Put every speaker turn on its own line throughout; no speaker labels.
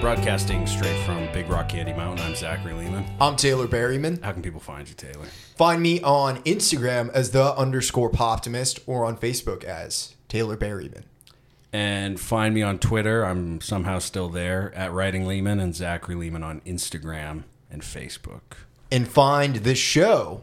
broadcasting straight from Big Rock Candy Mountain. I'm Zachary Lehman.
I'm Taylor Berryman.
How can people find you, Taylor?
Find me on Instagram as the underscore poptimist or on Facebook as Taylor Berryman.
And find me on Twitter. I'm somehow still there at Writing Lehman and Zachary Lehman on Instagram and Facebook.
And find this show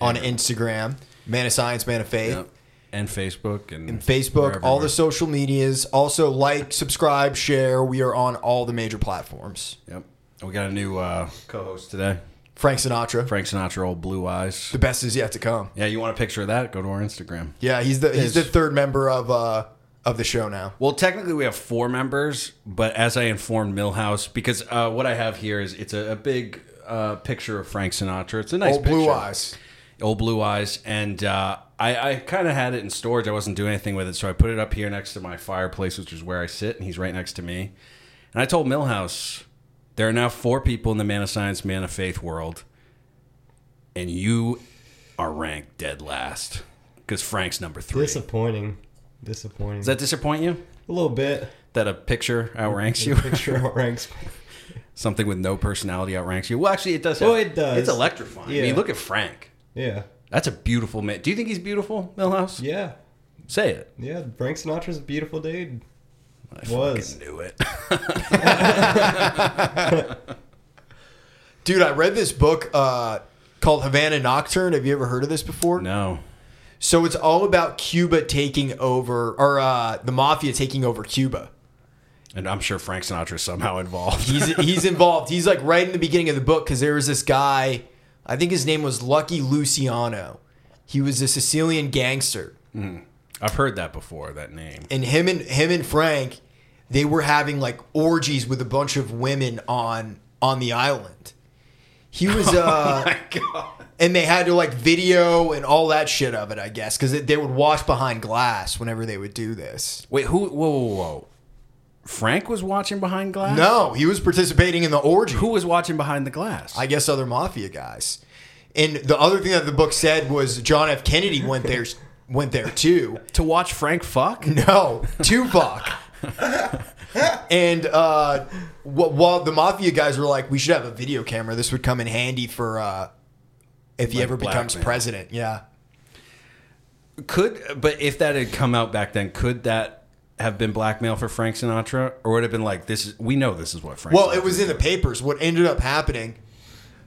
on Instagram, Man of Science, Man of Faith.
Yep. And Facebook and,
and Facebook,
we're
all the
everywhere.
social medias. Also, like, subscribe, share. We are on all the major platforms.
Yep. And we got a new uh, co-host today,
Frank Sinatra,
Frank Sinatra, old blue eyes.
the best is yet to come.
Yeah, you want a picture of that? Go to our Instagram.
Yeah, he's the he's
Yes.
the third member of uh of the show now.
Well, technically, we have four members, but as I informed Millhouse, because uh, what I have here is it's a, a big uh, picture of Frank Sinatra. It's a nice
Old blue
picture.
eyes.
old blue eyes and uh, i, I kind of had it in storage i wasn't doing anything with it so i put it up here next to my fireplace which is where i sit and he's right next to me and i told millhouse there are now four people in the man of science man of faith world and you are ranked dead last because frank's number three
Disappointing. Disappointing.
does that disappoint you
a little bit.
that a picture outranks you
Picture ranks.
something with no personality outranks you well actually it does
Well,
have-
it does.
it's electrifying i
Yeah.
mean look at frank
Yeah.
that's a beautiful man do you think he's beautiful millhouse
Yeah.
say it
Yeah. Frank Sinatra's a beautiful dude.
I
Was.
fucking knew it.
Dude, I read this book uh called Havana Nocturne. Have you ever heard of this before?
no.
So it's all about Cuba taking over or uh the mafia taking over Cuba.
And I'm sure Frank Sinatra's somehow involved.
He's he's involved. He's like right in the beginning of the book cuz there was this guy, I think his name was Lucky Luciano. He was a Sicilian gangster.
I've heard that before, that name.
and him and him and Frank, they were having like orgies with a bunch of women on on the island. He was uh and they had to like video and all that shit of it, I guess, cuz they would watch behind glass whenever they would do this.
Wait, who? Whoa, whoa, whoa. Frank was watching behind glass?
No, he was participating in the orgy.
Who was watching behind the glass?
I guess other mafia guys. And the other thing that the book said was John F Kennedy went there went there too.
to watch Frank fuck?
No, Tupac. and uh, wh- while the mafia guys were like, we should have a video camera. This would come in handy for uh, if he
Like
ever becomes
blackmail.
president. Yeah.
Could, but if that had come out back then, could that have been blackmail for Frank Sinatra? Or would it have been like, this is, we know this is what Frank
Well, it
Sinatra
was in the
did.
papers. What ended up happening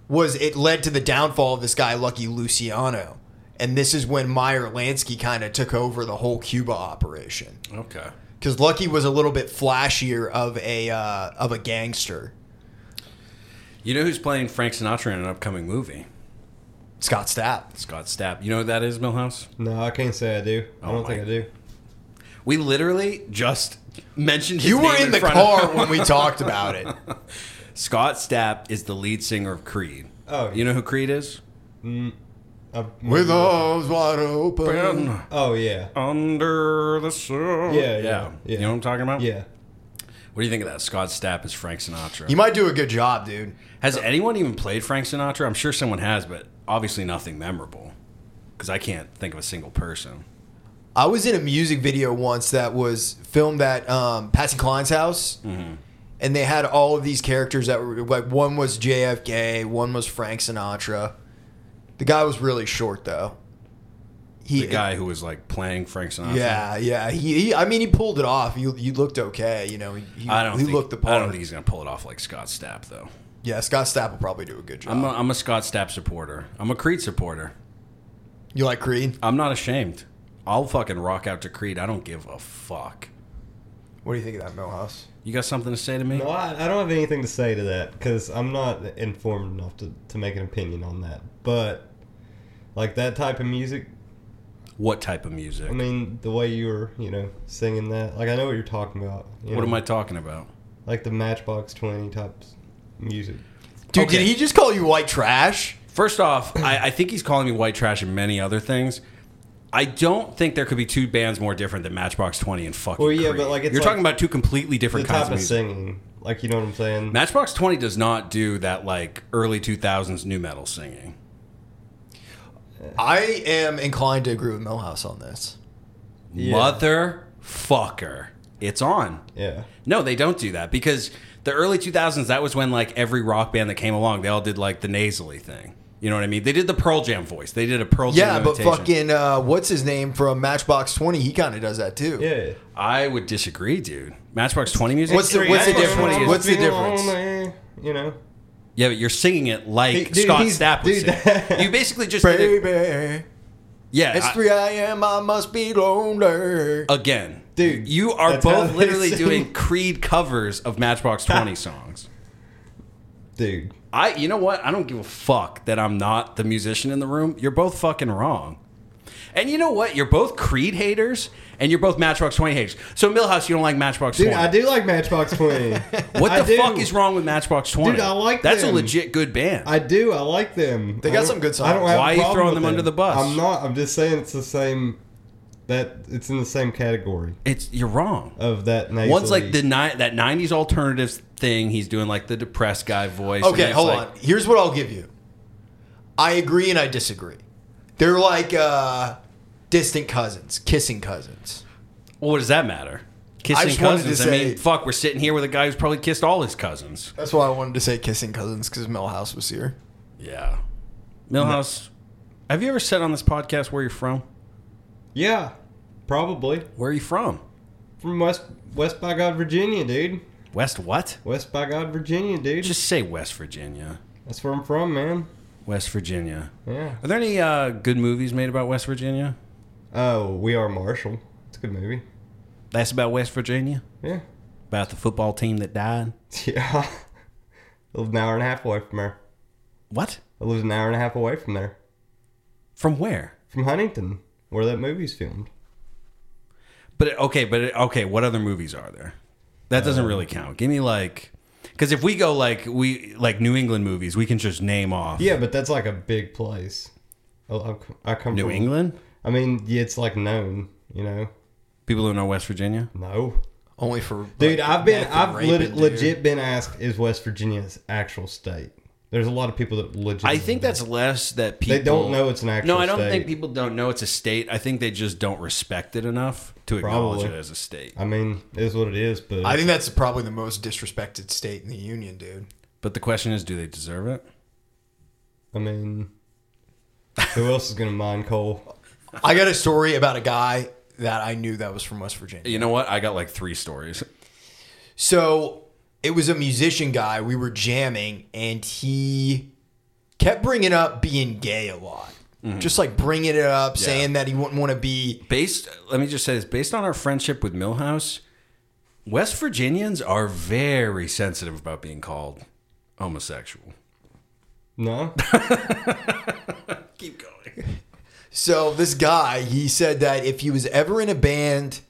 was it led to the downfall of this guy, Lucky Luciano. And this is when Meyer Lansky kind of took over the whole Cuba operation.
Okay.
Because Lucky was a little bit flashier of a uh, of a gangster.
You know who's playing Frank Sinatra in an upcoming movie?
Scott Stapp.
Scott Stapp. You know who that is, Millhouse?
No, I can't say I do. I
Oh
don't
my-
think I do.
We literally just mentioned his
You were
name
in, the
front of-
car when we talked about it.
Scott Stapp is the lead singer of Creed.
Oh.
you know who Creed is?
I'm-
With arms wide open.
Been
Oh yeah.
under the sun.
Yeah, yeah,
You
yeah.
know what I'm talking about?
Yeah.
What do you think of that? Scott Stapp is Frank Sinatra.
You might do a good job, dude.
has anyone even played Frank Sinatra? I'm sure someone has, but obviously nothing memorable. Because I can't think of a single person.
I was in a music video once that was filmed at um, Patsy Cline's house, and they had all of these characters that were like one was JFK, one was Frank Sinatra. The guy was really short though. He
The guy who was like playing Frank Sinatra.
Yeah, yeah. He, he I mean, he pulled it off. You, you looked okay. You know, he, he,
I don't.
he
think,
looked the
I
part.
don't think he's gonna pull it off like Scott Stapp though.
yeah, Scott Stapp will probably do a good job.
I'm a, I'm a Scott Stapp supporter. I'm a Creed supporter.
you like Creed?
I'm not ashamed. I'll fucking rock out to Creed. I don't give a fuck.
What do you think of that, Millhouse?
You got something to say to me?
No, I, I don't have anything to say to that because I'm not informed enough to, to make an opinion on that. But like that type of music,
What type of music?
I mean, the way you were, you know, singing that, like I know what you're talking about. you
what
know,
am I talking about?
Like the Matchbox Twenty types music.
Dude,
Okay.
did he just call you white trash?
First off, I, I think he's calling me white trash and many other things. I don't think there could be two bands more different than Matchbox Twenty and fucking.
Well, yeah,
Creed.
but, like, it's
you're talking
like
about two completely
The
different kinds
type
of
of
music.
singing, like you know what I'm saying.
Matchbox Twenty does not do that like early two thousands new metal singing.
I am inclined to agree with Millhouse on this.
Yeah.
Motherfucker, it's on.
Yeah.
No, they don't do that because the early 2000s, that was when like every rock band that came along, they all did like the nasally thing. You know what I mean? They did the Pearl Jam voice. They did a Pearl Jam.
Yeah, but
imitation.
fucking uh, what's his name from Matchbox Twenty? He kind of does that too.
Yeah.
I would disagree, dude. Matchbox 20 music?
What's the- what's the difference? What's the difference?
difference? You know.
yeah, but you're singing it like
Hey, dude,
Scott
he's-
Stapp was
dude,
singing. You basically just did it-
Baby,
Yeah.
it's
I-
3 a.m. I must be
Oh,
lonely.
again.
Dude,
You are
that's how
both
they
literally
sing.
doing Creed covers of Matchbox 20 songs.
Dude.
I, you know what? I don't give a fuck that I'm not the musician in the room. You're both fucking wrong. And you know what? You're both Creed haters, and you're both Matchbox Twenty haters. So Millhouse, you don't like Matchbox
Dude,
Twenty.
I do like Matchbox Twenty.
What
I
the
do.
fuck is wrong with Matchbox Twenty?
Dude, I like
That's a
them.
legit good band.
I do. I like them.
They
I
got
don't-
some good
I
songs.
don't have a
Why are you
problem
throwing
with
them under the bus?
I'm not. I'm just saying it's the same. That it's in the same category
it's you're wrong.
of that. Nasally.
One's like the ni- that '90s alternatives thing. He's doing like the depressed guy voice. and
Okay,
it's
hold
like-
on. Here's what I'll give you. I agree and I disagree. They're like uh, distant cousins, kissing cousins.
Well, what does that matter? Kissing
just wanted to
cousins. I
say-
mean, fuck. We're sitting here with a guy who's probably kissed all his cousins.
That's why I wanted to say kissing cousins because Millhouse was here.
Yeah. Millhouse, have you ever said on this podcast where you're from?
yeah, probably
Where are you from?
from West West by God, Virginia, dude.
West what?
West by God, Virginia, dude.
Just say West Virginia.
That's where I'm from, man.
West Virginia.
Yeah.
Are there any uh, good movies made about West Virginia?
Oh, we are Marshall. It's a good movie.
That's about West Virginia?
Yeah.
About the football team that died?
Yeah. I live an hour and a half away from there.
What?
I live an hour and a half away from there.
From where?
From Huntington, where that movie's filmed.
But okay, but okay, what other movies are there? That doesn't really count. Give me like cuz if we go like we like New England movies, we can just name off
Yeah, but that's like a big place. I, I I come
New
from,
England?
I mean, yeah, it's like known, you know.
People who know West Virginia?
No,
Only for
dude,
like,
I've been,
meth and
I've
raping,
le-
dude.
legit been asked, is West Virginia's actual state? There's a lot of people that legit.
I think that's less that people
They don't know it's an actual.
No, I don't
state.
think people don't know it's a state. I think they just don't respect it enough to acknowledge
Probably.
it as a state.
I mean, it is what it is, but
I think that's probably the most disrespected state in the union, dude.
But the question is, do they deserve it?
I mean, who else is gonna mine coal?
I got a story about a guy that I knew that was from West Virginia.
You know what? I got like three stories.
So it was a musician guy. We were jamming, and he kept bringing up being gay a lot. Just like bringing it up, saying that he wouldn't want to be.
Based, let me just say this: based on our friendship with Millhouse, West Virginians are very sensitive about being called homosexual.
No,
Keep going.
So this guy, he said that if he was ever in a band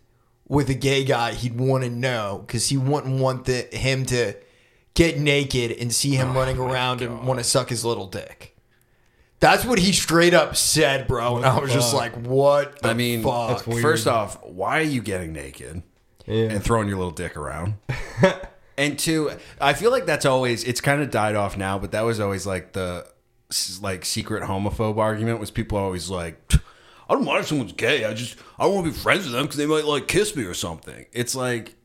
with a gay guy, he'd want to know because he wouldn't want the, him to get naked and see him running around and want to suck his little dick. That's what he straight up said, bro. and I was just
fuck?
like, "What? The
I mean,
fuck?
That's weird.
First off, why are you getting naked?
yeah,
and throwing your little dick around. and two, I feel like that's always it's kind of died off now, but that was always like the s- like secret homophobe argument was people always like, I don't mind if someone's gay. I just I don't want to be friends with them because they might like kiss me or something. It's like,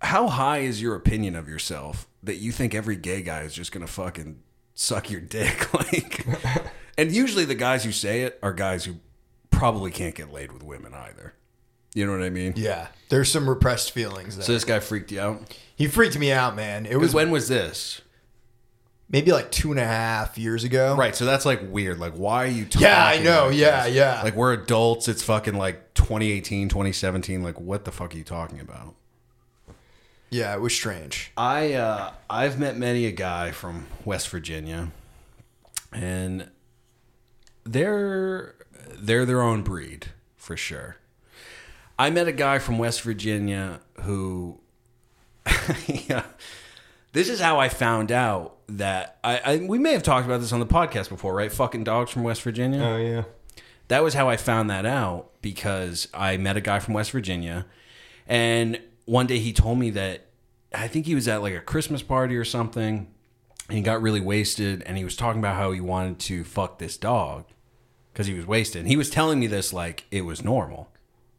how high is your opinion of yourself that you think every gay guy is just gonna fucking suck your dick like? and usually the guys who say it are guys who probably can't get laid with women either. You know what I mean?
Yeah, there's some repressed feelings. There.
So this guy freaked you out.
He freaked me out, man. It was
Because when was this?
maybe like two and a half years ago.
Right, so that's like weird. Like, why are you talking?
Yeah, I know.
like
yeah,
this?
yeah.
Like, we're adults. It's fucking like 2018, 2017. Like, what the fuck are you talking about?
yeah, it was strange.
I uh, I've met many a guy from West Virginia, and they're they're their own breed for sure. I met a guy from West Virginia who, yeah, this is how I found out that I, I we may have talked about this on the podcast before, right? Fucking dogs from West Virginia
oh yeah,
that was how I found that out because I met a guy from West Virginia, and one day he told me that I think he was at like a Christmas party or something, and he got really wasted, and he was talking about how he wanted to fuck this dog because he was wasted. And he was telling me this like it was normal,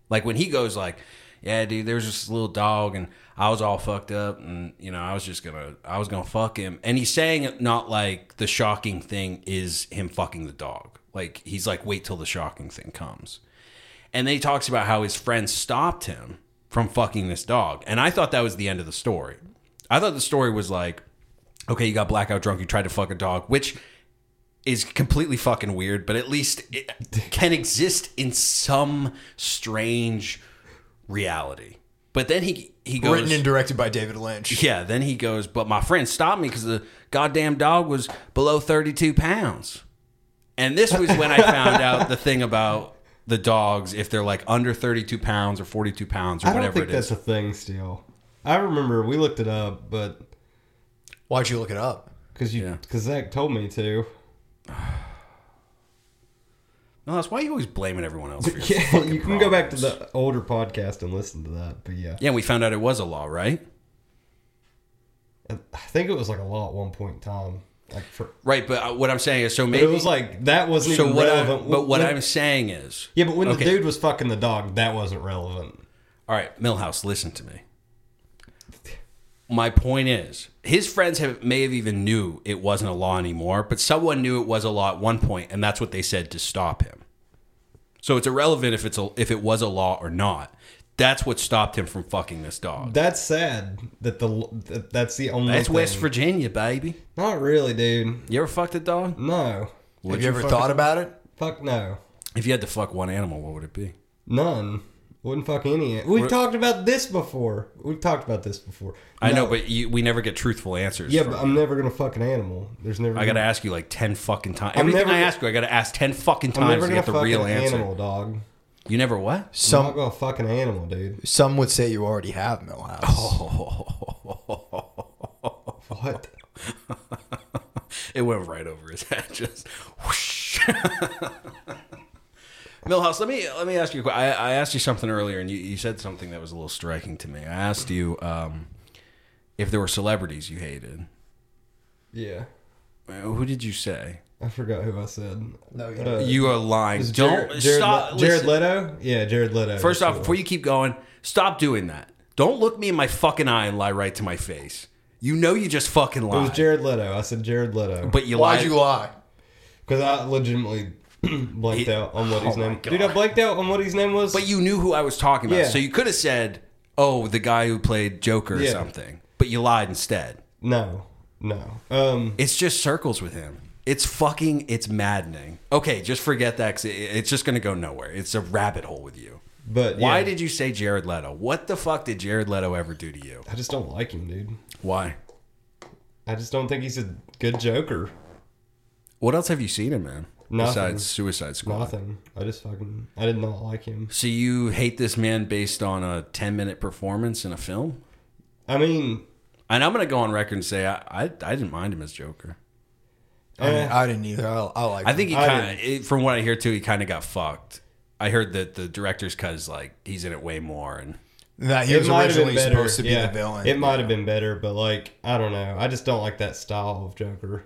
like when he goes like, yeah, dude, there was this little dog, and I was all fucked up, and you know, I was just gonna, I was gonna fuck him. And he's saying it not like the shocking thing is him fucking the dog. Like he's like, wait till the shocking thing comes. And then he talks about how his friend stopped him from fucking this dog. And I thought that was the end of the story. I thought the story was like, okay, you got blackout drunk, you tried to fuck a dog, which is completely fucking weird, but at least it can exist in some strange reality. But then he he goes
Written and directed by David Lynch.
yeah, then he goes, but my friend stopped me because the goddamn dog was below 32 pounds. And this was when I found out the thing about the dogs, if they're like under 32 pounds or 42 pounds or
I don't
whatever
think
it is.
that's a thing still. I remember we looked it up, but
Why'd you look it up?
because you
Yeah.
because Zach told me to.
no, that's why you always blaming everyone else for your
Yeah,
fucking
you can go back to
problems.
the older podcast and listen to that. But yeah,
Yeah, we found out it was a law, right?
I think it was like a law at one point in time. Like for
Right, but uh, what I'm saying is so
but
maybe
it was like that wasn't
so
even
what I,
relevant.
but what
When-
I'm saying is
yeah, but when
okay.
the dude was fucking the dog, that wasn't relevant.
All right, Millhouse, listen to me. My point is, his friends have may have even knew it wasn't a law anymore, but someone knew it was a law at one point, and that's what they said to stop him. So it's irrelevant if it's a, if it was a law or not. That's what stopped him from fucking this dog.
That's sad that the that, that's the only.
That's
thing.
West Virginia, baby.
Not really, dude.
You ever fucked a dog?
No,
Would
Have you ever thought about it?
fuck no,
If you had to fuck one animal, what would it be?
none. Wouldn't fuck any. We've talked about this before. We've talked about this before.
I know,
No.
but you, we never get truthful answers.
yeah,
from
but
you.
I'm never gonna fuck an animal. There's never.
I
gonna-
gotta ask you like ten fucking times. Everything
never-
I ask you, I gotta ask ten fucking
I'm
times
never
to
gonna
get the
fuck
real
an
answer.
animal, dog.
You never what?
I'm not
Some
gonna fuck an animal, dude.
some would say you already have Millhouse.
What?
It went right over his head. Just whoosh. Millhouse, let me let me ask you. a que- I, I asked you something earlier, and you, you said something that was a little striking to me. I asked you um, if there were celebrities you hated.
Yeah,
Uh, Who did you say?
I forgot who I said.
No, you
Uh,
You are lying.
is
Don't
Jared, Jared,
stop.
Le- Jared
listen.
Leto. Yeah, Jared Leto.
First
That's
off,
who-
before you keep going, stop doing that. Don't look me in my fucking eye and lie right to my face. You know you just fucking
it
lied.
was Jared Leto. I said Jared Leto.
but you
Why'd
lied.
you lie?
Because I legitimately blanked
He-
out on what his
Oh my
name.
God.
Dude, I blanked out on what his name was.
But you knew who I was talking about.
Yeah.
So you could have said, oh, the guy who played Joker or
Yeah.
something. But you lied instead.
no, no. Um,
It's just circles with him. It's fucking, it's maddening. Okay, just forget that 'cause it- it's just going to go nowhere. It's a rabbit hole with you.
but
Why
yeah,
did you say Jared Leto? What the fuck did Jared Leto ever do to you?
I just don't like him, dude?
Why?
I just don't think he's a good Joker.
What else have you seen him in?
Nothing.
Besides Suicide Squad.
Nothing. I just fucking. I did not like him.
So you hate this man based on a 10 minute performance in a film?
I mean,
And I'm going to go on record and say I, I, I didn't mind him as Joker.
I, mean, I didn't either. I, I like.
I think he
I
kind of, from what I hear too, he kind of got fucked. I heard that the director's cut is like he's in it way more, and
that he
it
was
might have
originally
been better.
supposed to be
yeah,
the villain.
It might have been better, but like I don't know. I just don't like that style of Joker.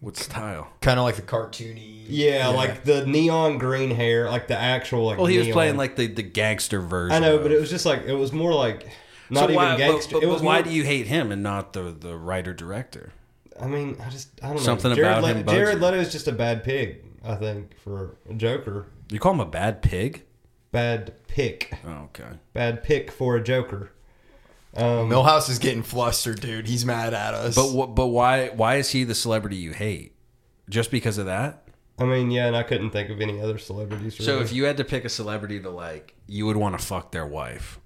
what style?
kind of like the cartoony.
Yeah, like the neon green hair, like the actual like.
Well, he was
neon-
playing like the, the gangster version.
I know, but
of-
it was just like it was more like
So
not
why-
even gangster.
But, but,
it was
but why
more-
do you hate him and not the the writer director?
I mean, I just I don't know.
Something
Jared
about
Leto,
him bugs
Jared
you.
Leto is just a bad pig, I think, for a Joker.
You call him a bad pig?
Bad pick,
Oh, okay.
bad pick for a Joker. Um,
Millhouse is getting flustered, dude. He's mad at us.
But wh- but why why is he the celebrity you hate? Just because of that?
I mean, yeah, and I couldn't think of any other celebrities. Really.
So if you had to pick a celebrity to like, you would want to fuck their wife.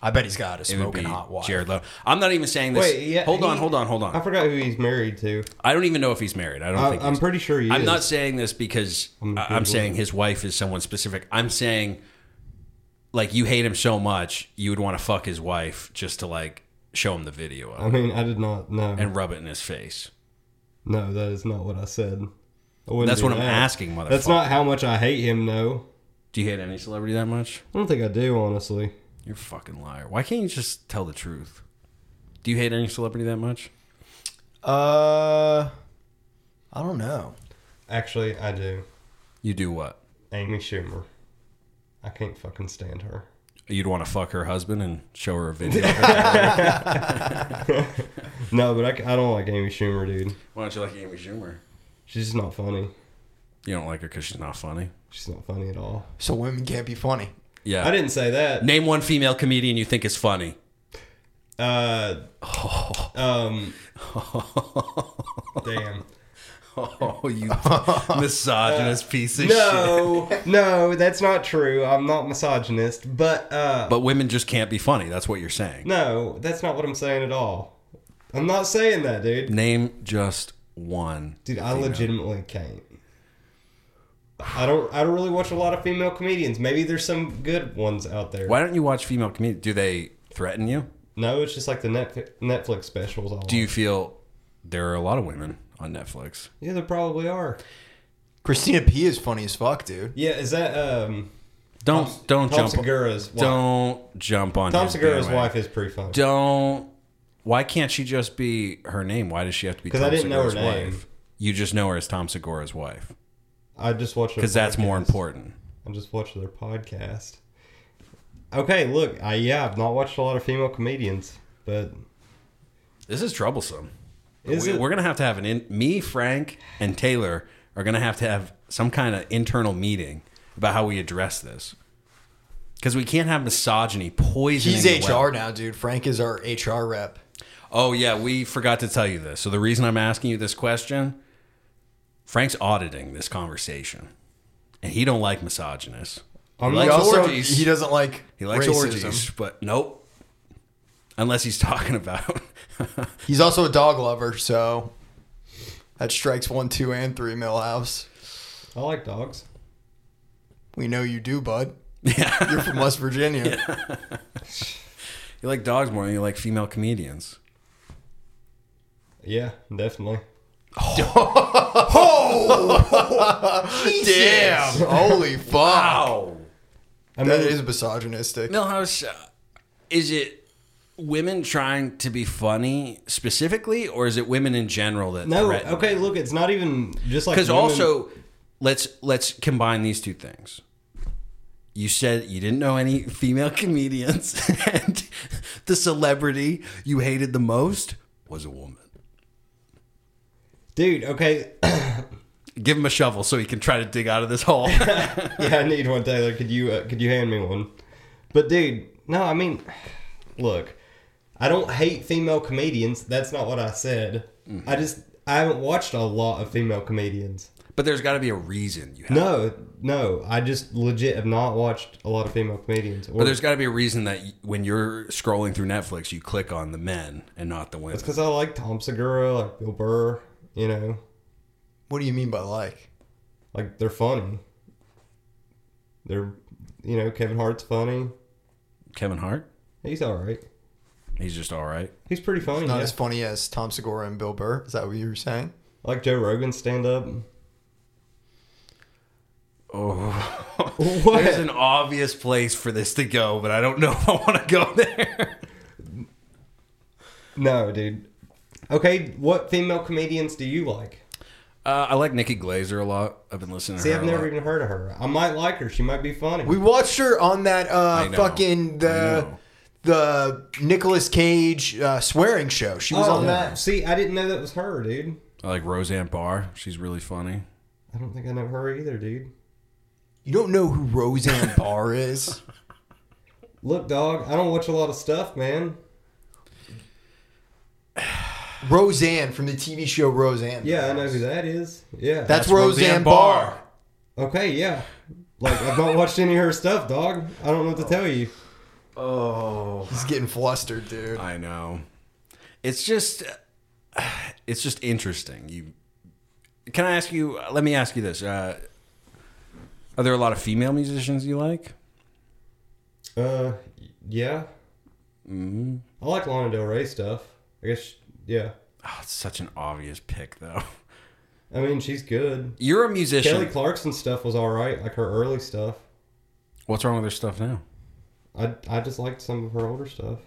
I bet he's got a
It would
smoking
be
hot wife.
Jared Leto. I'm not even saying this.
Wait, yeah,
hold on,
he-
hold on, hold
I
on.
forgot who he's married to.
I don't even know if he's married. I don't
I,
think
I'm
he's.
pretty sure he
I'm
is.
not saying this because I- I'm,
gonna Google
saying his wife is someone specific. I'm saying, like, you hate him so much, you would want to fuck his wife just to like show him the video of
I
it
mean, I did not. No,
and rub it in his face.
no, that is not what I said. I wouldn't
That's
do
what I'm
that.
asking, motherfucker.
That's not how much I hate him, though.
Do you hate any celebrity that much?
I don't think I do, honestly.
You're a fucking liar. Why can't you just tell the truth? Do you hate any celebrity that much?
Uh, I don't know.
Actually, I do.
You do what?
Amy Schumer. I can't fucking stand her.
you'd want to fuck her husband and show her a video.
No, but I, c- I don't like Amy Schumer, dude.
Why don't you like Amy Schumer?
She's just not funny.
You don't like her because she's not funny.
She's not funny at all.
So women can't be funny.
Yeah.
I didn't say that.
Name one female comedian you think is funny.
Uh, um, damn.
Oh, you misogynist piece of
Uh, No, no, that's not true. I'm not misogynist, but uh,
But women just can't be funny. That's what you're saying.
no, that's not what I'm saying at all. I'm not saying that, dude.
Name just one.
Dude, I legitimately can't. I don't. I don't really watch a lot of female comedians. Maybe there's some good ones out there.
Why don't you watch female comedians? Do they threaten you?
No, it's just like the Netf- Netflix specials. All
Do you feel there are a lot of women on Netflix?
Yeah, there probably are.
Christina P is funny as fuck, dude.
Yeah, is that um?
Don't don't
Tom
jump.
Segura's wife.
Don't jump on.
Tom
his
Segura's
bandwagon.
wife is pretty funny.
Don't. Why can't she just be her name? Why does she have to be? Because
I didn't know her name.
Wife? You just know her as Tom Segura's wife
I just watched
because that's more important.
I just watched their podcast. Okay, look, I yeah, I've not watched a lot of female comedians, but
This is troublesome.
Is
we,
it-
We're gonna have to have an in, me, Frank, and Taylor are gonna have to have some kind of internal meeting about how we address this because we can't have misogyny poisoning.
He's
the well.
HR now, dude. Frank is our HR rep.
Oh yeah, we forgot to tell you this. So the reason I'm asking you this question, Frank's auditing this conversation, and he don't like misogynists.
I'm
Like
He
not,
also
orgies.
he doesn't like
He likes
racism.
orgies, but nope. Unless he's talking about
He's also a dog lover, so that strikes one, two, and three, Millhouse.
I like dogs.
We know you do, bud. You're from West Virginia.
you like dogs more than you like female comedians.
Yeah, definitely.
Damn! Holy fuck!
Oh,
I
That
mean,
is misogynistic.
Millhouse, uh, is it women trying to be funny specifically, or is it women in general that
no,
threaten?
okay, look, it's not even just like
because
women-
also let's let's combine these two things you said you didn't know any female comedians and the celebrity you hated the most was a woman
dude. Okay,
give him a shovel so he can try to dig out of this hole
yeah, I need one, Taylor. Could you uh, could you hand me one? But dude, no, I mean, look, I don't hate female comedians. That's not what I said.
Mm-hmm.
I just I haven't watched a lot of female comedians.
but there's got to be a reason you have
No, no, I just legit have not watched a lot of female comedians. Or
but there's got to be a reason that y when you're scrolling through netflix you click on the men and not the women
because I like Tom Segura, like Bill Burr. You know,
What do you mean by like?
like they're funny. They're, you know, Kevin Hart's funny.
kevin hart
He's all right.
he's just all right
He's pretty funny.
Not
yeah.
as funny as Tom Segura and Bill Burr. Is that what you were saying?
I like Joe Rogan stand up.
oh
What?
there's an obvious place for this to go but i don't know if i want to go there
No, dude. Okay, what female comedians do you like?
Uh, I like Nikki Glazer a lot. I've been listening to
See,
her.
I've
a
never
lot.
even heard of her. I might like her. She might be funny.
We watched her on that uh,
know.
fucking the the Nicolas Cage uh, swearing show. She was
Oh,
on that.
See, I didn't know that was her, dude.
I like Roseanne Barr. She's really funny.
I don't think I know her either, dude.
You don't know who Roseanne Barr is?
Look, dog, I don't watch a lot of stuff, man.
Roseanne from the TV show Roseanne.
Yeah, I know who that is. Yeah.
That's,
That's
Roseanne,
Roseanne
Barr.
Barr.
okay, yeah. Like I've not watched any of her stuff, dog. I don't know what to tell you.
Oh,
He's getting flustered, dude.
I know. It's just, it's just interesting. You can I ask you? Let me ask you this: uh, Are there a lot of female musicians you like?
Uh yeah.
Mm-hmm.
I like Lana Del Rey stuff. I guess yeah.
Oh, it's such an obvious pick, though.
I mean she's good.
You're a
Kelly
musician.
Clarkson stuff was alright, like her early stuff.
What's wrong with her stuff now?
I I just liked some of her older stuff.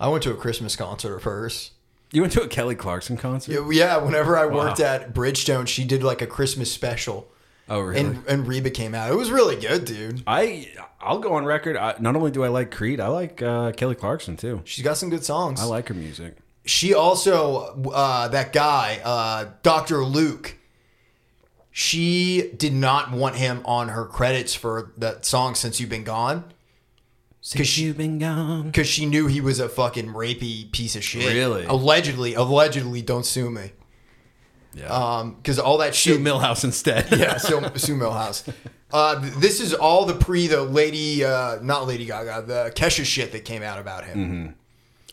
I went to a Christmas concert of hers.
You went to a Kelly Clarkson concert.
Yeah, yeah, whenever I worked at Bridgestone, she did like a Christmas special.
Oh, really?
And and Reba came out. It was really good, dude.
I I'll go on record. I, not only do I like Creed, I like uh, Kelly Clarkson too.
She's got some good songs.
I like her music.
she also uh, that guy uh, dr luke she did not want him on her credits for that song since you've been gone
Since you've been gone.
because she knew he was a fucking rapey piece of shit
Really?
allegedly allegedly don't sue me
Yeah.
um because all that
Sue
shit
Millhouse instead.
yeah so sue millhouse uh th- this is all the pre the lady uh not lady gaga the kesha shit that came out about him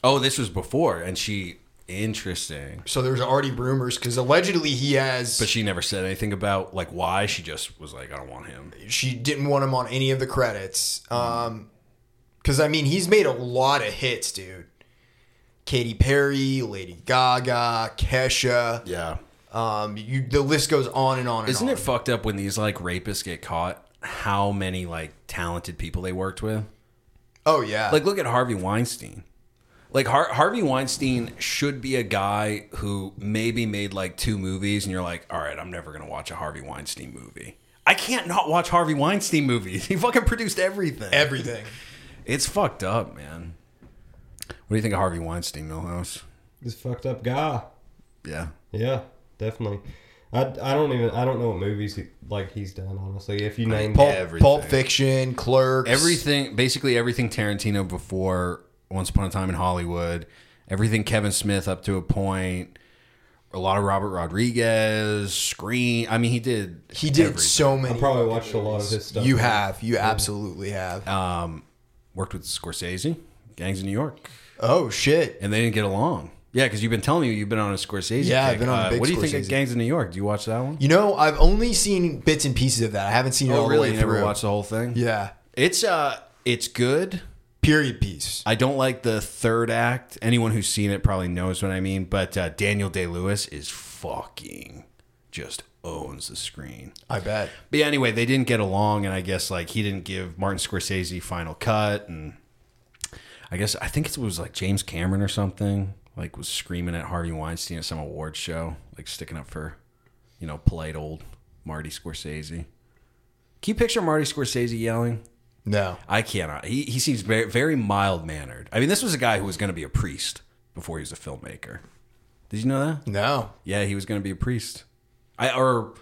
Oh, this was before, and she interesting.
so there's already rumors because allegedly he has
But she never said anything about like why. She just was like, I don't want him.
she didn't want him on any of the credits. Um, because I mean, he's made a lot of hits, dude. Katy Perry, Lady Gaga, Kesha.
Yeah.
Um, you the list goes on and on. And
Isn't
on.
it fucked up when these like rapists get caught? How many like talented people they worked with?
Oh yeah.
Like, look at Harvey Weinstein. Like Har- Harvey Weinstein should be a guy who maybe made like two movies, and you're like, all right, I'm never gonna watch a Harvey Weinstein movie. I can't not watch Harvey Weinstein movies. He fucking produced everything.
everything.
It's fucked up, man. What do you think of Harvey Weinstein, Millhouse?
This fucked up guy.
Yeah.
Yeah, definitely. I, I don't even I don't know what movies he, like he's done honestly. If you name
Pulp,
Everything.
Pulp Fiction, Clerks.
Everything, basically everything Tarantino before Once Upon a Time in Hollywood, everything Kevin Smith up to a point, a lot of Robert Rodriguez, Screen. I mean, he did.
He did
everything.
so many.
I probably watched a lot of his stuff.
you have. You absolutely have.
Uh, Worked with Scorsese, Gangs of New York,
oh shit.
and they didn't get along. Yeah, because you've been telling me you've been on a Scorsese.
Yeah,
kick. Uh,
I've been on a big
What do you think of
Scorsese.
Gangs of New York? Do you watch that one?
You know, I've only seen bits and pieces of that. I haven't seen it all
oh, really? You
the way
never
through.
watched the whole thing?
Yeah.
It's uh, it's good.
Period piece.
I don't like the third act. Anyone who's seen it probably knows what I mean. But uh, Daniel Day Lewis is fucking just owns the screen.
I bet.
But yeah, anyway, they didn't get along, and I guess like he didn't give Martin Scorsese final cut, and I guess I think it was like James Cameron or something like was screaming at Harvey Weinstein at some award show, like sticking up for you know polite old Marty Scorsese. Can you picture Marty Scorsese yelling?
No.
I cannot. He he seems very very mild mannered. I mean, this was a guy who was going to be a priest before he was a filmmaker. Did you know that?
No.
Yeah, he was going to be a priest. I or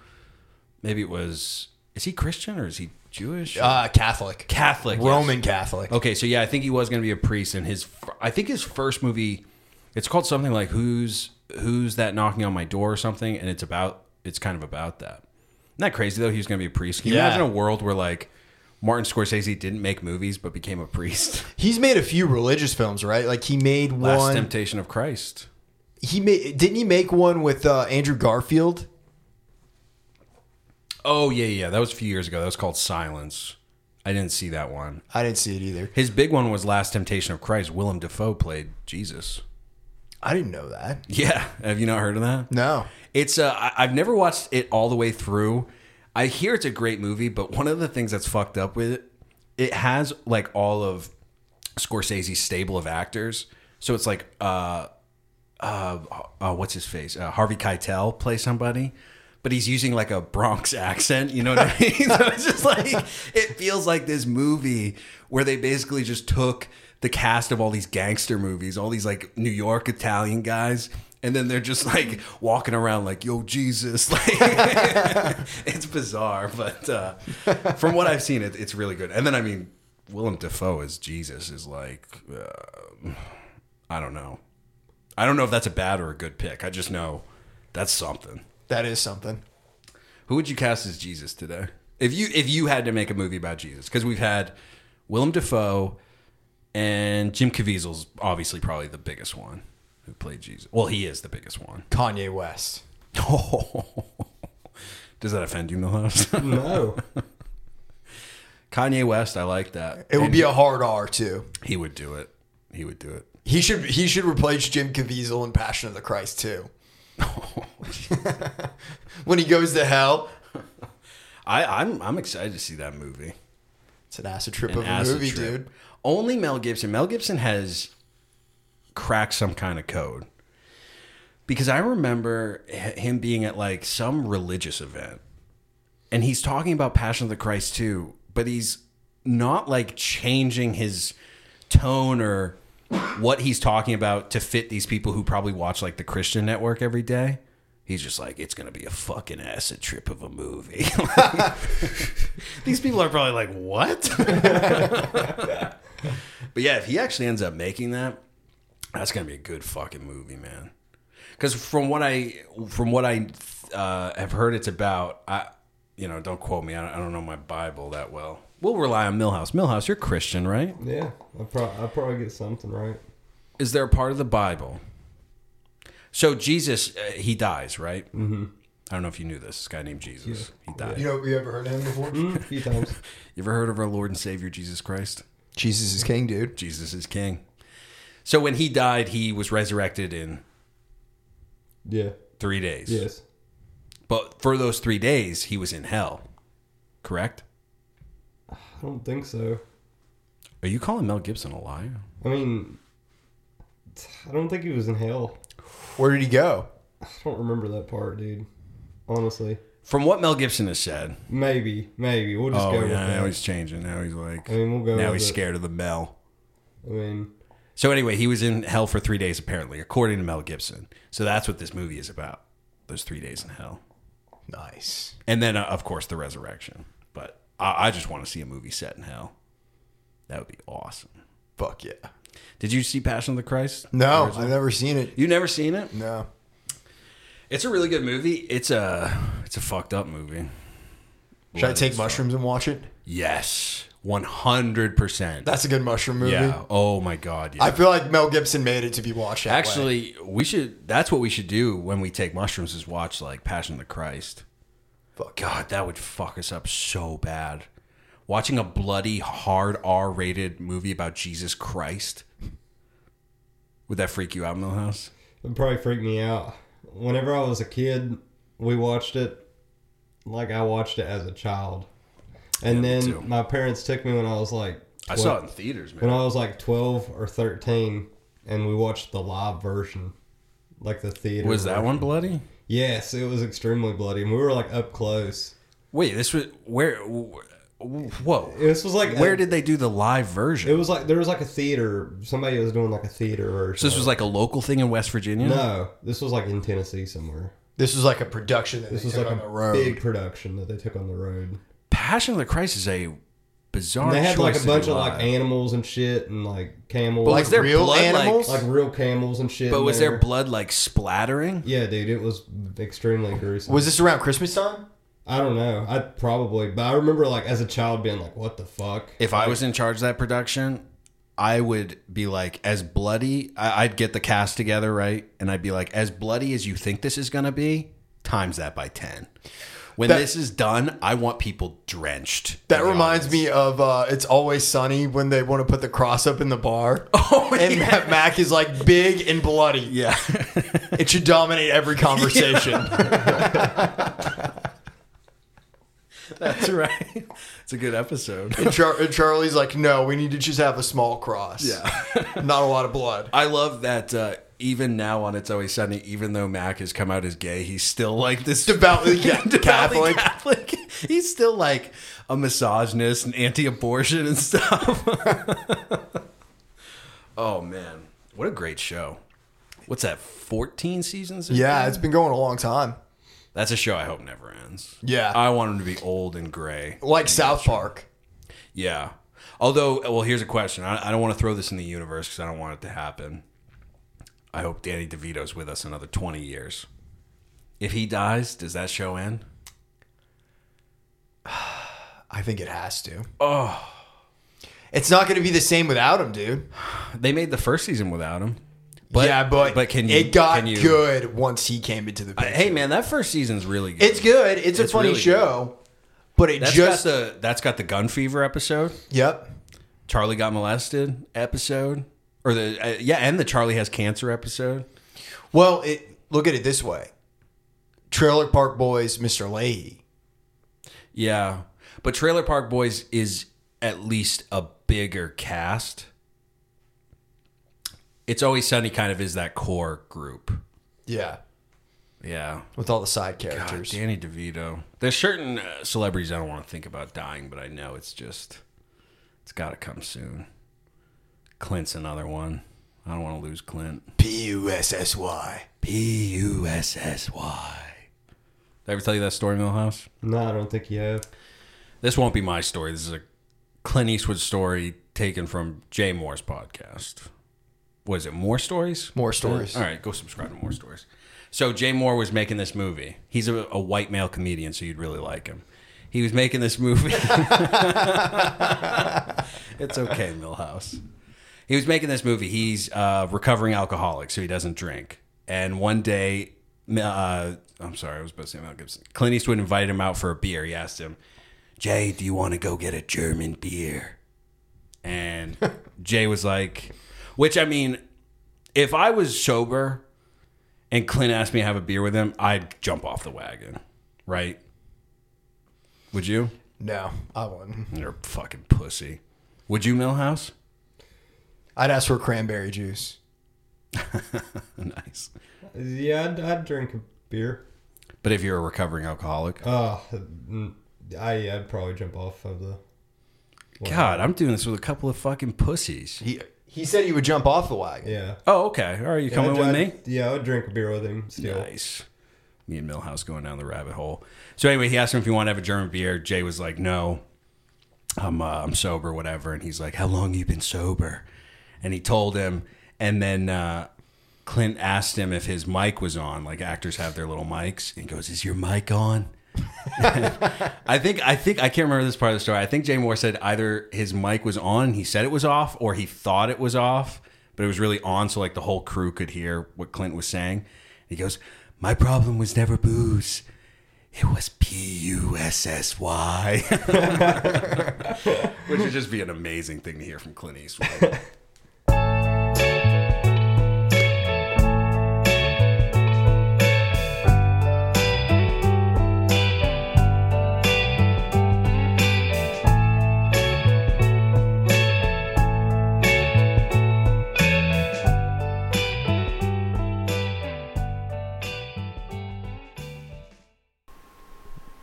maybe it was. Is he Christian or is he Jewish?
Uh, Catholic.
Catholic. yes. Oh.
Roman Catholic.
Okay, so yeah, I think he was going to be a priest, and his fir- I think his first movie, it's called something like "Who's Who's That Knocking on My Door" or something, and it's about it's kind of about that. Isn't that crazy though? He was going to be a priest. Can you
Yeah.
imagine a world where like Martin Scorsese didn't make movies but became a priest?
He's made a few religious films, right? Like he made
Last
one.
Temptation of Christ.
He made didn't he make one with uh, Andrew Garfield?
Oh yeah, yeah, that was a few years ago. That was called Silence. I didn't see that one.
I didn't see it either.
His big one was Last Temptation of Christ. Willem Dafoe played Jesus.
I didn't know that.
Yeah, have you not heard of that?
No.
It's uh, I- I've never watched it all the way through. I hear it's a great movie, but one of the things that's fucked up with it, it has like all of Scorsese's stable of actors. So it's like, uh, uh, uh what's his face? Uh, Harvey Keitel plays somebody, but he's using like a Bronx accent. You know what I mean? so it's just like it feels like this movie where they basically just took the cast of all these gangster movies, all these like New York Italian guys. And then they're just like walking around like, yo, Jesus. Like, it's bizarre, but uh, from what I've seen, it, it's really good. And then, I mean, Willem Dafoe as Jesus is like, uh, I don't know. I don't know if that's a bad or a good pick. I just know that's something.
That is something.
Who would you cast as Jesus today? If you if you had to make a movie about Jesus, because we've had Willem Dafoe and Jim Caviezel's obviously probably the biggest one who played Jesus. Well, he is the biggest one.
Kanye West.
Does that offend you, Milhouse?
No.
Kanye West, I like that.
It would
And
be a hard R too.
he would do it. He would do it.
He should he should replace Jim Caviezel in Passion of the Christ too. when he goes to hell,
I, I'm I'm excited to see that movie.
it's an acid trip
an
of a
acid
movie,
trip.
dude.
Only Mel Gibson. Mel Gibson has cracked some kind of code. Because I remember h- him being at like some religious event and he's talking about Passion of the Christ too, but he's not like changing his tone or what he's talking about to fit these people who probably watch like the Christian network every day. He's just like, it's gonna be a fucking acid trip of a movie. These people are probably like, what? but yeah, if he actually ends up making that, that's gonna be a good fucking movie, man. Because from what I from what I uh, have heard, it's about. I you know, don't quote me. I don't, I don't know my Bible that well. We'll rely on Millhouse. Millhouse, you're Christian, right?
Yeah, I pro- I probably get something right.
Is there a part of the Bible? So Jesus, uh, he dies, right? Mm-hmm. I don't know if you knew this. This guy named Jesus, he died.
You know, you ever heard of him before?
Mm-hmm.
A few times.
You ever heard of our Lord and Savior Jesus Christ?
Jesus is king, dude.
Jesus is King. So when he died, he was resurrected in
Yeah.
three days.
Yes.
But for those three days, he was in hell. Correct?
I don't think so.
Are you calling Mel Gibson a liar?
I mean, I don't think he was in hell.
Where did he go?
I don't remember that part, dude. Honestly,
From what Mel Gibson has said.
maybe, maybe we'll just
oh,
go
yeah,
with that.
now he's changing. Now he's like,
I mean, we'll go
now
with
he's
it.
scared of the Mel.
I mean,
So anyway, he was in hell for three days, apparently, according to Mel Gibson. So that's what this movie is about: those three days in hell,
Nice.
and then uh, of course the resurrection. But I, I just want to see a movie set in hell. That would be awesome.
Fuck yeah.
Did you see Passion of the Christ?
No,
Original?
I've never seen it.
you never seen it?
No.
It's a really good movie. It's a it's a fucked up movie.
Should I take mushrooms and watch it?
Yes, one hundred percent.
That's a good mushroom movie.
yeah. Oh my god. Yeah.
I feel like Mel Gibson made it to be watched. That way.
Actually, we should. That's what we should do when we take mushrooms is watch like Passion of the Christ.
Fuck.
God, that would fuck us up so bad. Watching a bloody hard R-rated movie about Jesus Christ. Would that freak you out, Millhouse?
it probably freaked me out. Whenever I was a kid, we watched it. Like I watched it as a child, and
Yeah, me too.
then my parents took me when I was like.
I
12
saw it in theaters, man.
when I was like twelve or thirteen, and we watched the live version, like the theater.
was that
version.
one bloody?
Yes, it was extremely bloody, and we were like up close.
Wait, this was where? wh- Whoa,
This was like
where
a-
did they do the live version?
It was like there was like a theater. Somebody was doing like a theater or
so this was like a local thing in West Virginia.
no, this was like in Tennessee somewhere.
this was like a production that
This
they
was
took
like
on
a
the road.
big production that they took on the road.
Passion of the Christ is a bizarre.
And they had like
choice
a
to
bunch
do
of like
live.
animals and shit and like camels,
But
like,
was there
real
real
animals?
animals?
like real camels and shit.
But
in
was there blood like splattering?
yeah, dude, it was extremely gruesome.
was this around Christmas time?
I don't know. I probably, but I remember like as a child being like, "What the fuck?"
If I was in charge of that production, I would be like, as bloody, I, I'd get the cast together, right? And I'd be like, as bloody as you think this is going to be, times that by 10. When
That-
this is done, I want people drenched.
That reminds me of uh, "It's Always Sunny" when they want to put the cross up in the bar,
Oh,
and
yeah.
that Mac is like big and bloody.
Yeah.
It should dominate every conversation.
That's right. It's a good episode.
and, Char- and Charlie's like, "No, we need to just have a small cross.
Yeah.
not a lot of blood."
I love that uh, even now on It's Always Sunny, even though Mac has come out as gay, he's still like this
Devoutly ca-
devoutly
Catholic.
Catholic. He's still like a misogynist and anti-abortion and stuff. oh man, what a great show! What's that? Fourteen seasons?
Yeah, it's been going a long time.
that's a show I hope never ends.
Yeah.
I want him to be old and gray.
Like South Park.
Yeah. Although, well, here's a question. I, I don't want to throw this in the universe because I don't want it to happen. I hope Danny DeVito's with us another 20 years. If he dies, does that show end?
I think it has to. Oh. It's not going to be the same without him, dude.
They made the first season without him.
yeah, but,
but can you-
it got
can you-
good once he came into the picture.
Hey man, that first season's really good.
it's good. It's a
It's
funny
really
show, but it
That's
just
got the that's got the gun fever episode,
yep.
Charlie got molested episode, or the uh, yeah, and the Charlie has cancer episode.
Well, it look at it this way: Trailer Park Boys, Mr. Leahy.
Yeah, but Trailer Park Boys is at least a bigger cast. It's Always Sunny kind of is that core group.
Yeah,
Yeah.
with all the side
God,
characters.
Danny DeVito. There's certain uh, celebrities I don't want to think about dying, but I know it's just, it's got to come soon. Clint's another one. I don't want to lose Clint.
P U S S Y.
P U S S Y. Did I ever tell you that story, Millhouse?
No, I don't think you have.
This won't be my story. This is a Clint Eastwood story taken from Jay Moore's podcast. Was it More Stories?
More stories.
All right, go subscribe to More Stories. So Jay Moore was making this movie. He's a, a white male comedian, so you'd really like him. He was making this movie. it's okay, Millhouse. He was making this movie. He's uh, recovering alcoholic, so he doesn't drink. And one day, uh, I'm sorry, I was about to say Mel Gibson. Clint Eastwood invited him out for a beer. He asked him, "Jay, do you want to go get a German beer?" And Jay was like, "Which I mean, if I was sober and Clint asked me to have a beer with him, I'd jump off the wagon, right? Would you?
No, I wouldn't.
You're a fucking pussy. Would you, Millhouse?
I'd ask for cranberry juice.
nice.
Yeah, I'd, I'd drink a beer.
But if you're a recovering alcoholic,
Oh, mm, I, I'd probably jump off of the.
God, I'm doing this with a couple of fucking pussies.
He he said he would jump off the wagon.
Yeah.
Oh, okay. Are you coming
I'd,
with me?
I'd- Yeah, I would drink a beer with him still.
Nice. Me and Millhouse going down the rabbit hole. So anyway, he asked him if he wanted to have a German beer. Jay was like, "No, I'm uh, I'm sober, whatever." And he's like, "How long you been sober?" And he told him, and then uh, Clint asked him if his mic was on. Like actors have their little mics. And he goes, "Is your mic on?" I think I think I can't remember this part of the story. I think Jay Moore said either his mic was on, and he said it was off, or he thought it was off, but it was really on, so like the whole crew could hear what Clint was saying. He goes, "My problem was never booze." It was P U S S Y, which would just be an amazing thing to hear from Clint Eastwood.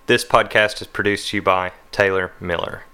This podcast is produced to you by Taylor Miller.